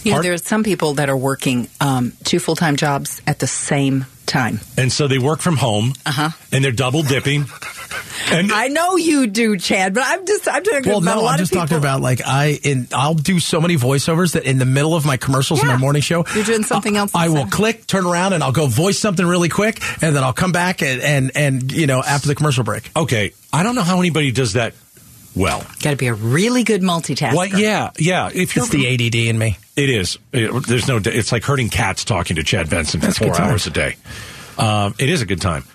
[SPEAKER 4] You know, there are some people that are working um, two full time jobs at the same time.
[SPEAKER 3] And so they work from home.
[SPEAKER 4] Uh-huh.
[SPEAKER 3] And they're double dipping. And
[SPEAKER 4] I know you do, Chad, but I'm just I'm talking
[SPEAKER 2] Well,
[SPEAKER 4] about a
[SPEAKER 2] no,
[SPEAKER 4] lot
[SPEAKER 2] I'm
[SPEAKER 4] of
[SPEAKER 2] just
[SPEAKER 4] people.
[SPEAKER 2] talking about like I in I'll do so many voiceovers that in the middle of my commercials in
[SPEAKER 4] Yeah.
[SPEAKER 2] my morning show,
[SPEAKER 4] You're doing something else.
[SPEAKER 2] I
[SPEAKER 4] instead.
[SPEAKER 2] will click, turn around, and I'll go voice something really quick, and then I'll come back and and and you know after the commercial break.
[SPEAKER 3] okay, I don't know how anybody does that well.
[SPEAKER 4] Got to be a really good multitasker.
[SPEAKER 3] What? yeah, yeah. If you're
[SPEAKER 2] It's the ADD in me.
[SPEAKER 3] It is. It- there's no. It's like herding cats talking to Chad Benson for
[SPEAKER 2] That's a good
[SPEAKER 3] four
[SPEAKER 2] time.
[SPEAKER 3] hours a day. Um, it is a good time,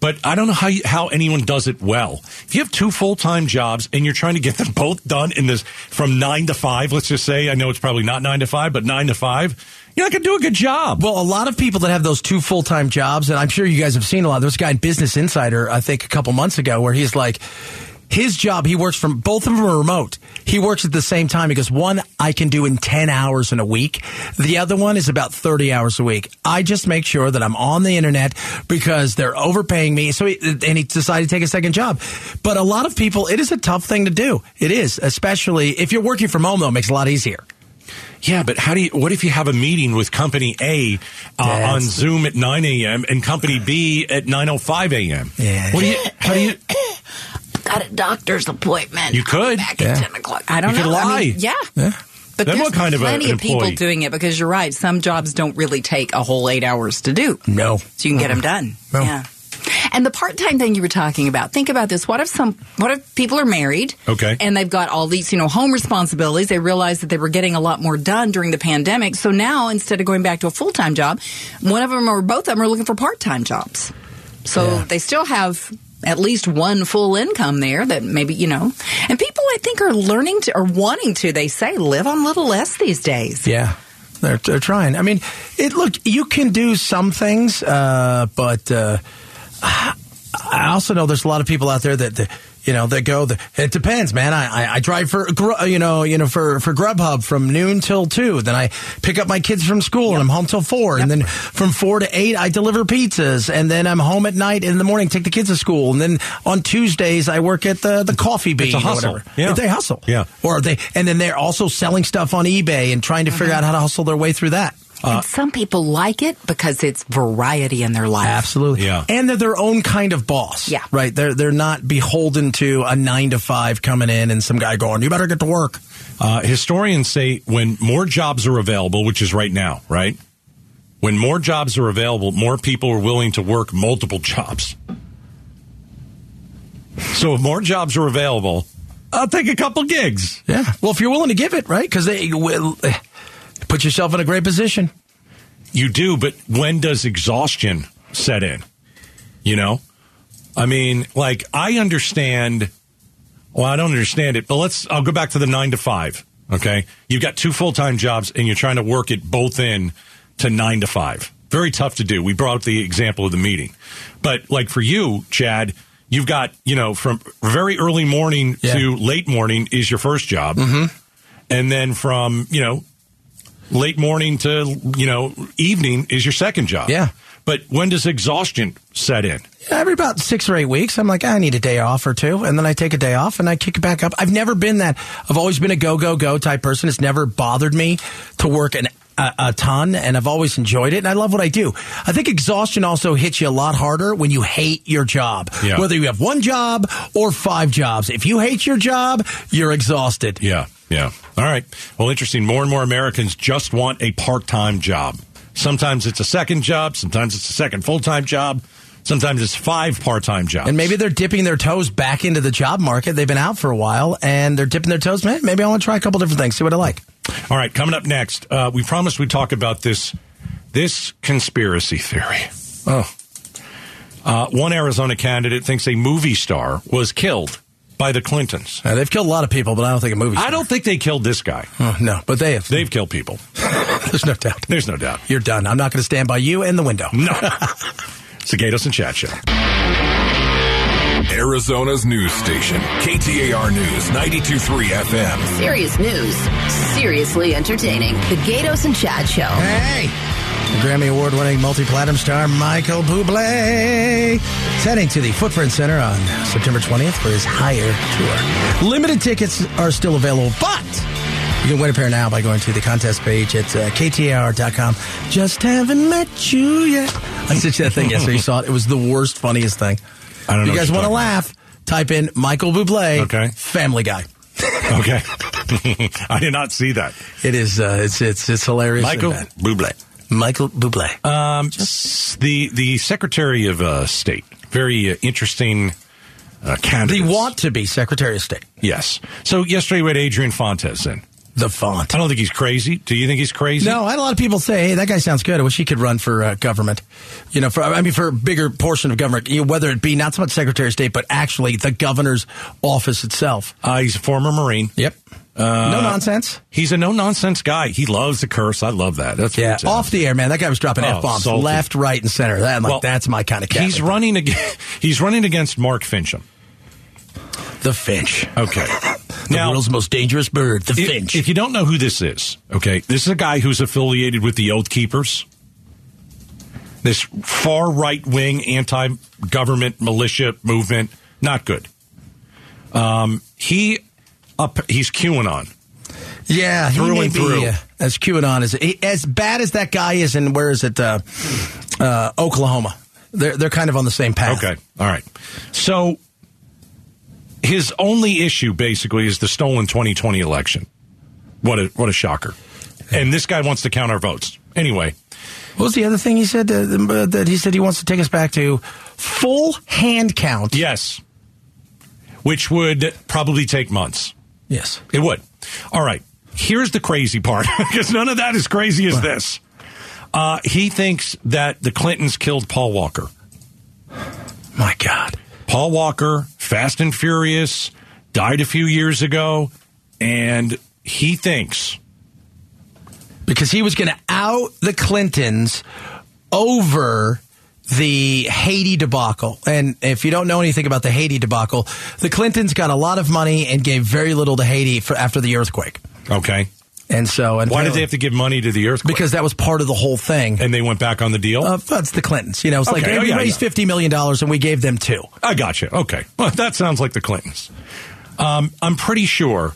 [SPEAKER 3] but I don't know how you, how anyone does it well. If you have two full time jobs and you're trying to get them both done in this from nine to five, let's just say I know it's probably not nine to five, but nine to five, you're not going to do a good job.
[SPEAKER 2] Well, a lot of people that have those two full time jobs, and I'm sure you guys have seen a lot. There's a guy in Business Insider, I think, a couple months ago, where he's like, his job, he works from both of them are remote. He works at the same time. He goes, one I can do in 10 hours in a week. The other one is about 30 hours a week. I just make sure that I'm on the internet because they're overpaying me. So, he, and he decided to take a second job. But a lot of people, it is a tough thing to do. It is, especially if you're working from home, though, it makes it a lot easier.
[SPEAKER 3] Yeah, but how do you? What if you have a meeting with Company A uh, on
[SPEAKER 2] That's-
[SPEAKER 3] Zoom at nine a.m. and Company B at nine o five a.m.
[SPEAKER 2] Yeah.
[SPEAKER 3] What do you? How do you?
[SPEAKER 1] Got a doctor's appointment.
[SPEAKER 3] You could.
[SPEAKER 1] Back
[SPEAKER 2] Yeah.
[SPEAKER 1] at 10 o'clock.
[SPEAKER 4] I don't
[SPEAKER 3] You could
[SPEAKER 4] know. I
[SPEAKER 3] lie.
[SPEAKER 4] mean, yeah. But
[SPEAKER 3] Then
[SPEAKER 4] there's
[SPEAKER 3] what kind of a-
[SPEAKER 4] plenty
[SPEAKER 3] an
[SPEAKER 4] of people
[SPEAKER 3] employee?
[SPEAKER 4] doing it because you're right. Some jobs don't really take a whole eight hours to do.
[SPEAKER 2] No.
[SPEAKER 4] so you can get them done.
[SPEAKER 2] No.
[SPEAKER 4] Yeah. And the part-time thing you were talking about. Think about this. What if some? What if people are married?
[SPEAKER 3] Okay.
[SPEAKER 4] And they've got all these, you know, home responsibilities. They realized that they were getting a lot more done during the pandemic. So now, instead of going back to a full-time job, one of them or both of them are looking for part-time jobs. So
[SPEAKER 2] Yeah.
[SPEAKER 4] they still have at least one full income there that maybe, you know. And people, I think, are learning to or wanting to. They say live on little less these days.
[SPEAKER 2] Yeah. They're, they're trying. I mean, it look, you can do some things, uh, but uh, I also know there's a lot of people out there that, that you know, that go, the, it depends, man. I, I, I drive for, Gr- you know, you know, for, for Grubhub from noon till two. Then I pick up my kids from school and I'm home till four. And then from four to eight, I deliver pizzas. And then I'm home at night and in the morning, take the kids to school. And then on Tuesdays, I work at the, the coffee bean
[SPEAKER 3] a
[SPEAKER 2] or
[SPEAKER 3] hustle.
[SPEAKER 2] whatever.
[SPEAKER 3] Yeah.
[SPEAKER 2] They hustle.
[SPEAKER 3] Yeah.
[SPEAKER 2] Or they, and then they're also selling stuff on eBay and trying to figure out how to hustle their way through that.
[SPEAKER 4] and some people like it because it's variety in their life.
[SPEAKER 2] Absolutely.
[SPEAKER 3] Yeah.
[SPEAKER 2] And they're their own kind of boss.
[SPEAKER 4] Yeah.
[SPEAKER 2] Right. They're they're not beholden to a nine to five coming in and some guy going, You better get to work.
[SPEAKER 3] Uh, historians say when more jobs are available, which is right now, right? When more jobs are available, more people are willing to work multiple jobs. So if more jobs are available, I'll take a couple gigs.
[SPEAKER 2] Yeah. Well, if you're willing to give it, right? Because they will eh, put yourself in a great position.
[SPEAKER 3] You do, but when does exhaustion set in? You know? I mean, like, I understand. Well, I don't understand it, but let's, I'll go back to the nine to five. Okay. You've got two full time jobs and you're trying to work it both in to nine to five. Very tough to do. We brought up the example of the meeting. But like for you, Chad, you've got, you know, from very early morning
[SPEAKER 2] Yeah.
[SPEAKER 3] to late morning is your first job. And then from, you know, late morning to, you know, evening is your second job.
[SPEAKER 2] Yeah.
[SPEAKER 3] But when does exhaustion set in?
[SPEAKER 2] Every about six or eight weeks, I'm like, I need a day off or two. And then I take a day off and I kick it back up. I've never been that. I've always been a go, go, go type person. It's never bothered me to work an, a, a ton. And I've always enjoyed it. And I love what I do. I think exhaustion also hits you a lot harder when you hate your job.
[SPEAKER 3] Yeah.
[SPEAKER 2] Whether you have one job or five jobs. If you hate your job, you're exhausted.
[SPEAKER 3] Yeah, yeah. All right. Well, interesting. More and more Americans just want a part time job. Sometimes it's a second job, sometimes it's a second full time job, sometimes it's five part time jobs.
[SPEAKER 2] And maybe they're dipping their toes back into the job market. They've been out for a while and they're dipping their toes. Man, maybe I want to try a couple different things, see what I like.
[SPEAKER 3] All right, coming up next, uh, we promised we'd talk about this this conspiracy theory. Oh. Uh, one Arizona candidate thinks a movie star was killed by the Clintons.
[SPEAKER 2] Uh, they've killed a lot of people, but I don't think a movie.
[SPEAKER 3] I don't think they killed this guy.
[SPEAKER 2] Oh, no, but they have.
[SPEAKER 3] They've killed people.
[SPEAKER 2] There's no doubt.
[SPEAKER 3] There's no doubt.
[SPEAKER 2] You're done. I'm not going to stand by you and the window.
[SPEAKER 3] No. it's the Gatos and Chat Show.
[SPEAKER 5] Arizona's news station, KTAR News 923 FM.
[SPEAKER 1] Serious news, seriously entertaining. The Gatos and Chad Show.
[SPEAKER 2] Hey! Grammy Award winning multi platinum star Michael Bublé is heading to the Footprint Center on September 20th for his higher tour. Limited tickets are still available, but you can win a pair now by going to the contest page at uh, ktr.com. Just haven't met you yet. I sent you that thing yesterday. You saw it. It was the worst, funniest thing.
[SPEAKER 3] I don't
[SPEAKER 2] You
[SPEAKER 3] know what
[SPEAKER 2] guys
[SPEAKER 3] you're
[SPEAKER 2] want to
[SPEAKER 3] talking
[SPEAKER 2] laugh? type in Michael Bublé,
[SPEAKER 3] Okay.
[SPEAKER 2] Family Guy.
[SPEAKER 3] Okay. I did not see that.
[SPEAKER 2] It is. Uh, it's it's it's hilarious. and
[SPEAKER 3] Michael
[SPEAKER 2] bad.
[SPEAKER 3] Bublé.
[SPEAKER 2] Michael Bublé.
[SPEAKER 3] Um, s- the the Secretary of uh, State, very uh, interesting uh,
[SPEAKER 2] they
[SPEAKER 3] candidate.
[SPEAKER 2] want to be Secretary of State.
[SPEAKER 3] Yes. So yesterday we had Adrian Fontes in.
[SPEAKER 2] The font.
[SPEAKER 3] I don't think he's crazy. Do you think he's crazy?
[SPEAKER 2] No, I had a lot of people say, "Hey, that guy sounds good. I wish he could run for uh, government." You know, for I mean, for a bigger portion of government, you know, whether it be not so much Secretary of State, but actually the governor's office itself.
[SPEAKER 3] Uh, he's a former Marine.
[SPEAKER 2] Yep. Uh, no nonsense.
[SPEAKER 3] He's a no nonsense guy. He loves the curse. I love that. That's
[SPEAKER 2] Yeah,
[SPEAKER 3] fantastic.
[SPEAKER 2] off the air, man. That guy was dropping
[SPEAKER 3] Oh,
[SPEAKER 2] f bombs
[SPEAKER 3] salty.
[SPEAKER 2] left, right, and center. That I'm like,
[SPEAKER 3] Well,
[SPEAKER 2] that's my kind of cat.
[SPEAKER 3] He's running against. He's running against Mark Fincham.
[SPEAKER 2] the finch,
[SPEAKER 3] Okay.
[SPEAKER 2] Oh, the world's most dangerous bird, the
[SPEAKER 3] if,
[SPEAKER 2] finch.
[SPEAKER 3] if you don't know who this is, okay, this is a guy who's affiliated with the Oath Keepers, this far right wing anti government militia movement. Not good. Um, he up. He's QAnon.
[SPEAKER 2] yeah, he
[SPEAKER 3] through
[SPEAKER 2] may
[SPEAKER 3] and
[SPEAKER 2] be,
[SPEAKER 3] through.
[SPEAKER 2] uh, as QAnon is he- as bad as that guy is, in where is it? Uh, uh, Oklahoma. They're they're kind of on the same path.
[SPEAKER 3] Okay. All right. So his only issue basically is the stolen 2020 election. What a what a shocker. And this guy wants to count our votes. Anyway,
[SPEAKER 2] What was the other thing he said? Uh, uh, that he said he wants to take us back to full hand count.
[SPEAKER 3] yes. Which would probably take months.
[SPEAKER 2] Yes.
[SPEAKER 3] It would. All right. Here's the crazy part because none of that is crazy as this. Uh, he thinks that the Clintons killed Paul Walker.
[SPEAKER 2] My God.
[SPEAKER 3] Paul Walker, Fast and Furious, died a few years ago, and he thinks
[SPEAKER 2] Because he was going to out the Clintons over the Haiti debacle. And if you don't know anything about the Haiti debacle, the Clintons got a lot of money and gave very little to Haiti for, after the earthquake.
[SPEAKER 3] Okay.
[SPEAKER 2] And so, and
[SPEAKER 3] Why did they have to give money to the earthquake?
[SPEAKER 2] Because that was part of the whole thing.
[SPEAKER 3] and they went back on the deal.
[SPEAKER 2] Uh, that's the Clintons. You know, it's like
[SPEAKER 3] Okay.
[SPEAKER 2] hey,
[SPEAKER 3] Oh,
[SPEAKER 2] we
[SPEAKER 3] yeah,
[SPEAKER 2] raised
[SPEAKER 3] yeah.
[SPEAKER 2] fifty million dollars and we gave them two.
[SPEAKER 3] I got you. Okay, well, that sounds like the Clintons. Um, I'm pretty sure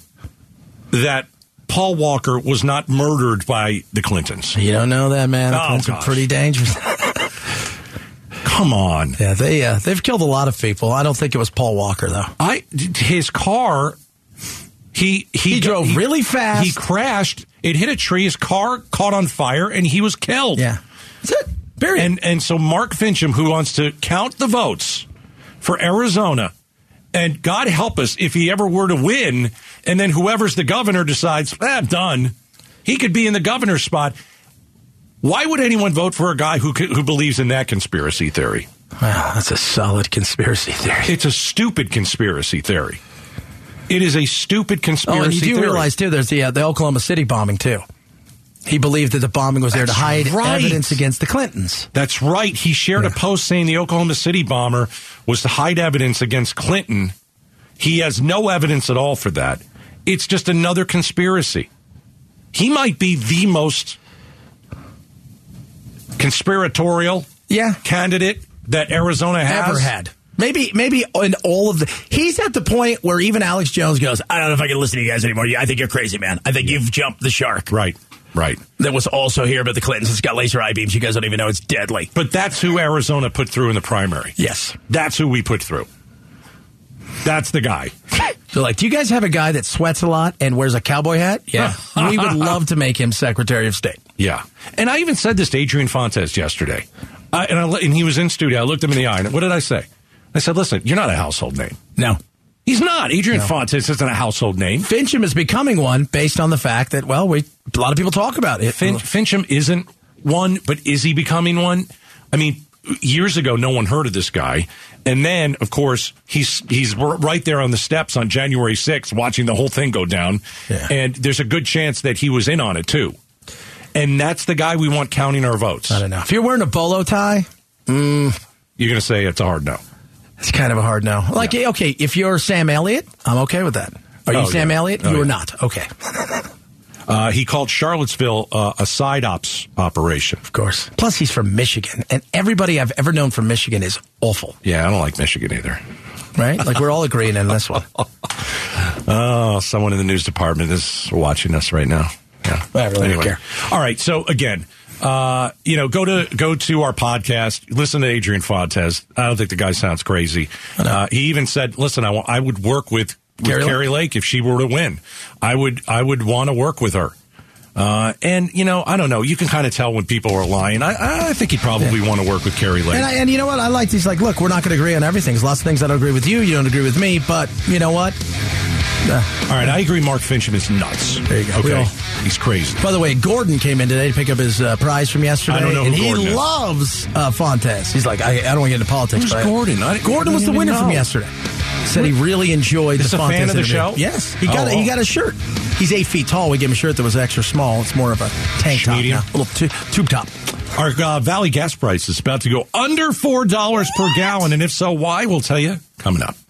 [SPEAKER 3] that Paul Walker was not murdered by the Clintons.
[SPEAKER 2] You don't know that, man. The
[SPEAKER 3] Oh,
[SPEAKER 2] Clintons
[SPEAKER 3] gosh.
[SPEAKER 2] are pretty dangerous.
[SPEAKER 3] Come on,
[SPEAKER 2] Yeah, they uh, they've killed a lot of people. I don't think it was Paul Walker though.
[SPEAKER 3] I his car. He he,
[SPEAKER 2] He drove really fast.
[SPEAKER 3] He crashed. It hit a tree. His car caught on fire, and he was killed.
[SPEAKER 2] that's it. Period.
[SPEAKER 3] And and so Mark Fincham, who wants to count the votes for Arizona, and God help us if he ever were to win, and then whoever's the governor decides, ah, I'm done. He could be in the governor's spot. Why would anyone vote for a guy who could, who believes in that conspiracy theory?
[SPEAKER 2] wow, that's a solid conspiracy theory.
[SPEAKER 3] It's a stupid conspiracy theory. It is a stupid conspiracy
[SPEAKER 2] Oh, and you do
[SPEAKER 3] theory.
[SPEAKER 2] realize too, there's the uh, the Oklahoma City bombing too. He believed that the bombing was there
[SPEAKER 3] That's
[SPEAKER 2] to hide
[SPEAKER 3] right.
[SPEAKER 2] evidence against the Clintons.
[SPEAKER 3] That's right. He shared a
[SPEAKER 2] Yeah.
[SPEAKER 3] post saying the Oklahoma City bomber was to hide evidence against Clinton. He has no evidence at all for that. It's just another conspiracy. He might be the most conspiratorial
[SPEAKER 2] Yeah.
[SPEAKER 3] candidate that Arizona has
[SPEAKER 2] Ever had. Maybe, maybe in all of the, he's at the point where even Alex Jones goes, I don't know if I can listen to you guys anymore. I think you're crazy, man. I think you've jumped the shark.
[SPEAKER 3] Right, right.
[SPEAKER 2] That was also here about the Clintons. It's got laser eye beams. You guys don't even know it's deadly.
[SPEAKER 3] But that's who Arizona put through in the primary.
[SPEAKER 2] Yes.
[SPEAKER 3] That's who we put through. That's the guy.
[SPEAKER 2] They're like, do you guys have a guy that sweats a lot and wears a cowboy hat? Yeah. we would love to make him Secretary of State.
[SPEAKER 3] Yeah, and I even said this to Adrian Fontes yesterday, I, and I, li- and he was in studio. I looked him in the eye, and what did I say? I said, "Listen, you're not a household name.
[SPEAKER 2] No.
[SPEAKER 3] He's not. Adrian Fontes isn't a household name.
[SPEAKER 2] Fincham is becoming one based on the fact that, well, we a lot of people talk about it.
[SPEAKER 3] Fin- Fincham isn't one, but is he becoming one? I mean, years ago, no one heard of this guy, and then, of course, he's he's r- right there on the steps on January 6th, watching the whole thing go down,
[SPEAKER 2] Yeah.
[SPEAKER 3] and there's a good chance that he was in on it too, and that's the guy we want counting our votes.
[SPEAKER 2] I don't know. If you're wearing a bolo tie,
[SPEAKER 3] You're going to say it's a hard no.
[SPEAKER 2] it's kind of a hard no. Like, okay, if you're Sam Elliott, I'm okay with that. Are you
[SPEAKER 3] Oh,
[SPEAKER 2] Sam
[SPEAKER 3] yeah.
[SPEAKER 2] Elliott?
[SPEAKER 3] Oh,
[SPEAKER 2] you are
[SPEAKER 3] yeah.
[SPEAKER 2] not. Okay.
[SPEAKER 3] Uh, he called Charlottesville uh, a side ops operation.
[SPEAKER 2] Of course. Plus, he's from Michigan, and everybody I've ever known from Michigan is awful,
[SPEAKER 3] Yeah, I don't like Michigan either.
[SPEAKER 2] right? Like, we're all agreeing in this one.
[SPEAKER 3] Oh, someone in the news department is watching us right now. Yeah,
[SPEAKER 2] I really don't care.
[SPEAKER 3] All right, so again, Uh, you know, go to go to our podcast. Listen to Adrian Fontes. I don't think the guy sounds crazy. Uh, he even said, "Listen, I wa- I would work with, with
[SPEAKER 2] Carrie
[SPEAKER 3] Carrie,
[SPEAKER 2] Lake?
[SPEAKER 3] Lake if she were to win. I would I would want to work with her." Uh, and you know, I don't know. You can kind of tell when people are lying. I, I think he'd probably want to work with Carrie Lake.
[SPEAKER 2] And, I, and you know what? I like these. Like, look, we're not going to agree on everything. There's lots of things I don't agree with you. You don't agree with me. But you know what?
[SPEAKER 3] All right, I agree. Mark Fincham is nuts.
[SPEAKER 2] There you go. We
[SPEAKER 3] Okay,
[SPEAKER 2] all-
[SPEAKER 3] he's crazy.
[SPEAKER 2] By the way, Gordon came in today to pick up his uh, prize from yesterday.
[SPEAKER 3] I don't know who
[SPEAKER 2] and
[SPEAKER 3] Gordon
[SPEAKER 2] he
[SPEAKER 3] is.
[SPEAKER 2] loves uh, Fontes. He's like, I, I don't want to get into politics.
[SPEAKER 3] Who's
[SPEAKER 2] but I-
[SPEAKER 3] Gordon? I-
[SPEAKER 2] Gordon was
[SPEAKER 3] I
[SPEAKER 2] the
[SPEAKER 3] don't
[SPEAKER 2] winner
[SPEAKER 3] even
[SPEAKER 2] from
[SPEAKER 3] know.
[SPEAKER 2] yesterday. Said he really enjoyed
[SPEAKER 3] This
[SPEAKER 2] the
[SPEAKER 3] a fan
[SPEAKER 2] Fontes
[SPEAKER 3] of the
[SPEAKER 2] interview.
[SPEAKER 3] show?
[SPEAKER 2] Yes, he got
[SPEAKER 3] Oh,
[SPEAKER 2] a, he
[SPEAKER 3] oh.
[SPEAKER 2] got a shirt. He's eight feet tall. We gave him a shirt that was extra small. It's more of a tank top,
[SPEAKER 3] Medium?
[SPEAKER 2] now. a little tu- tube top.
[SPEAKER 3] Our uh, Valley gas price is about to go under four dollars per gallon, and if so, why? We'll tell you coming up.